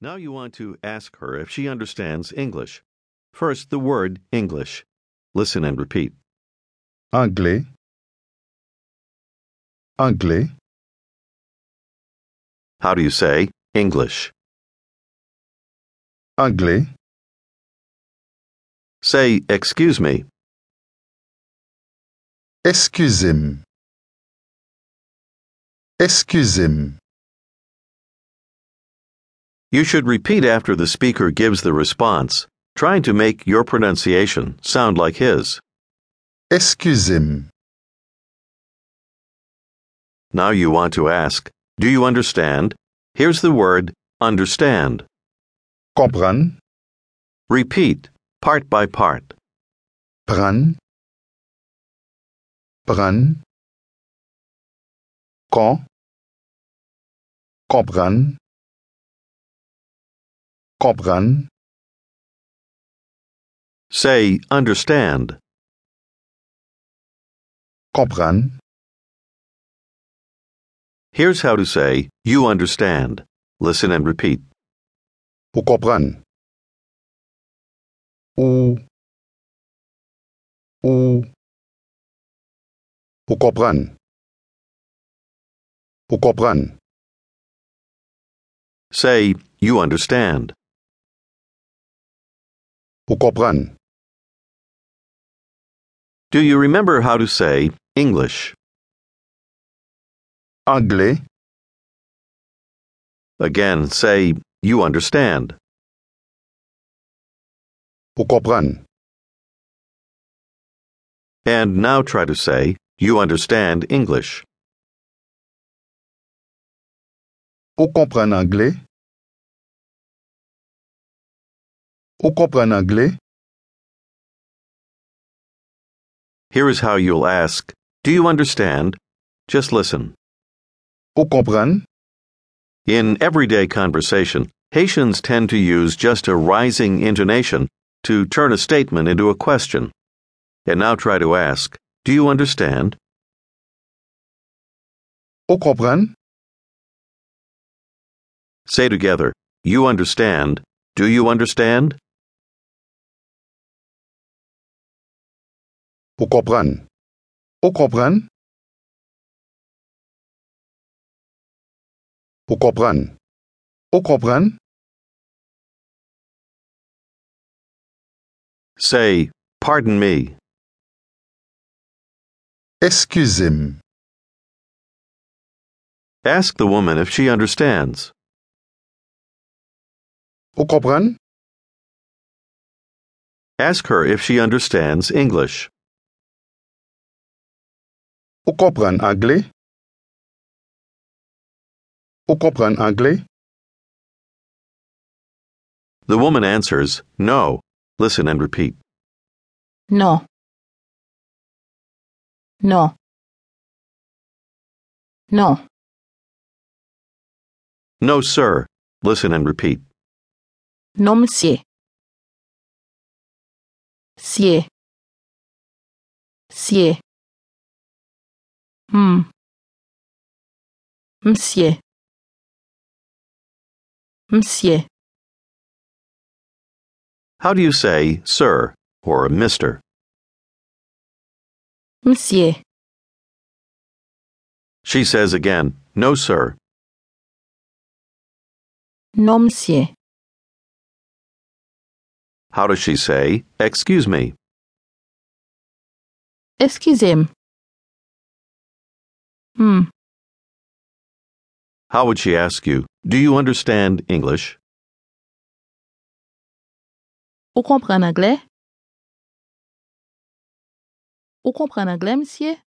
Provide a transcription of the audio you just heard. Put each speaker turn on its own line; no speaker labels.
Now you want to ask her if she understands English. First, the word English. Listen and repeat.
anglais, anglais,
How do you say English?
anglais,
Say, excuse me.
excusez-moi, excusez-moi,
You should repeat after the speaker gives the response, trying to make your pronunciation sound like his.
excusez-moi,
Now you want to ask, do you understand? Here's the word understand.
comprendre,
Repeat, part by part.
prendre, prendre, con, comprendre, comprendre,
Say, understand.
comprendre,
Here's how to say, you understand. Listen and repeat.
pour comprendre. Ou, ou, pour comprendre. Pour comprendre,
Say, you understand.
pour comprendre.
Do you remember how to say English?
Anglais,
Again, say, you understand.
pour comprendre.
And now try to say, you understand English.
Pour comprendre anglais. Pour comprendre anglais,
Here is how you'll ask, do you understand? Just listen.
pour comprendre,
In everyday conversation, Haitians tend to use just a rising intonation to turn a statement into a question. And now try to ask, do you understand?
pour comprendre,
Say together, you understand. Do you understand?
pour comprendre. Pour comprendre, pour comprendre. Pour comprendre,
Say, pardon me.
excusez-moi.
Ask the woman if she understands.
Pour comprendre,
Ask her if she understands English.
pour comprendre anglais. Pour comprendre anglais,
The woman answers, No. Listen and repeat.
No. No. No.
No, sir. Listen and repeat.
Non, monsieur. Sier. Sier. Hmm. Monsieur. Monsieur.
How do you say sir or mister?
Monsieur.
She says again, No, sir.
Non, monsieur.
How does she say, Excuse me?
Excusez-moi. Hmm.
How would she ask you, Do you understand English?
Vous comprenez anglais? Vous comprenez anglais, monsieur?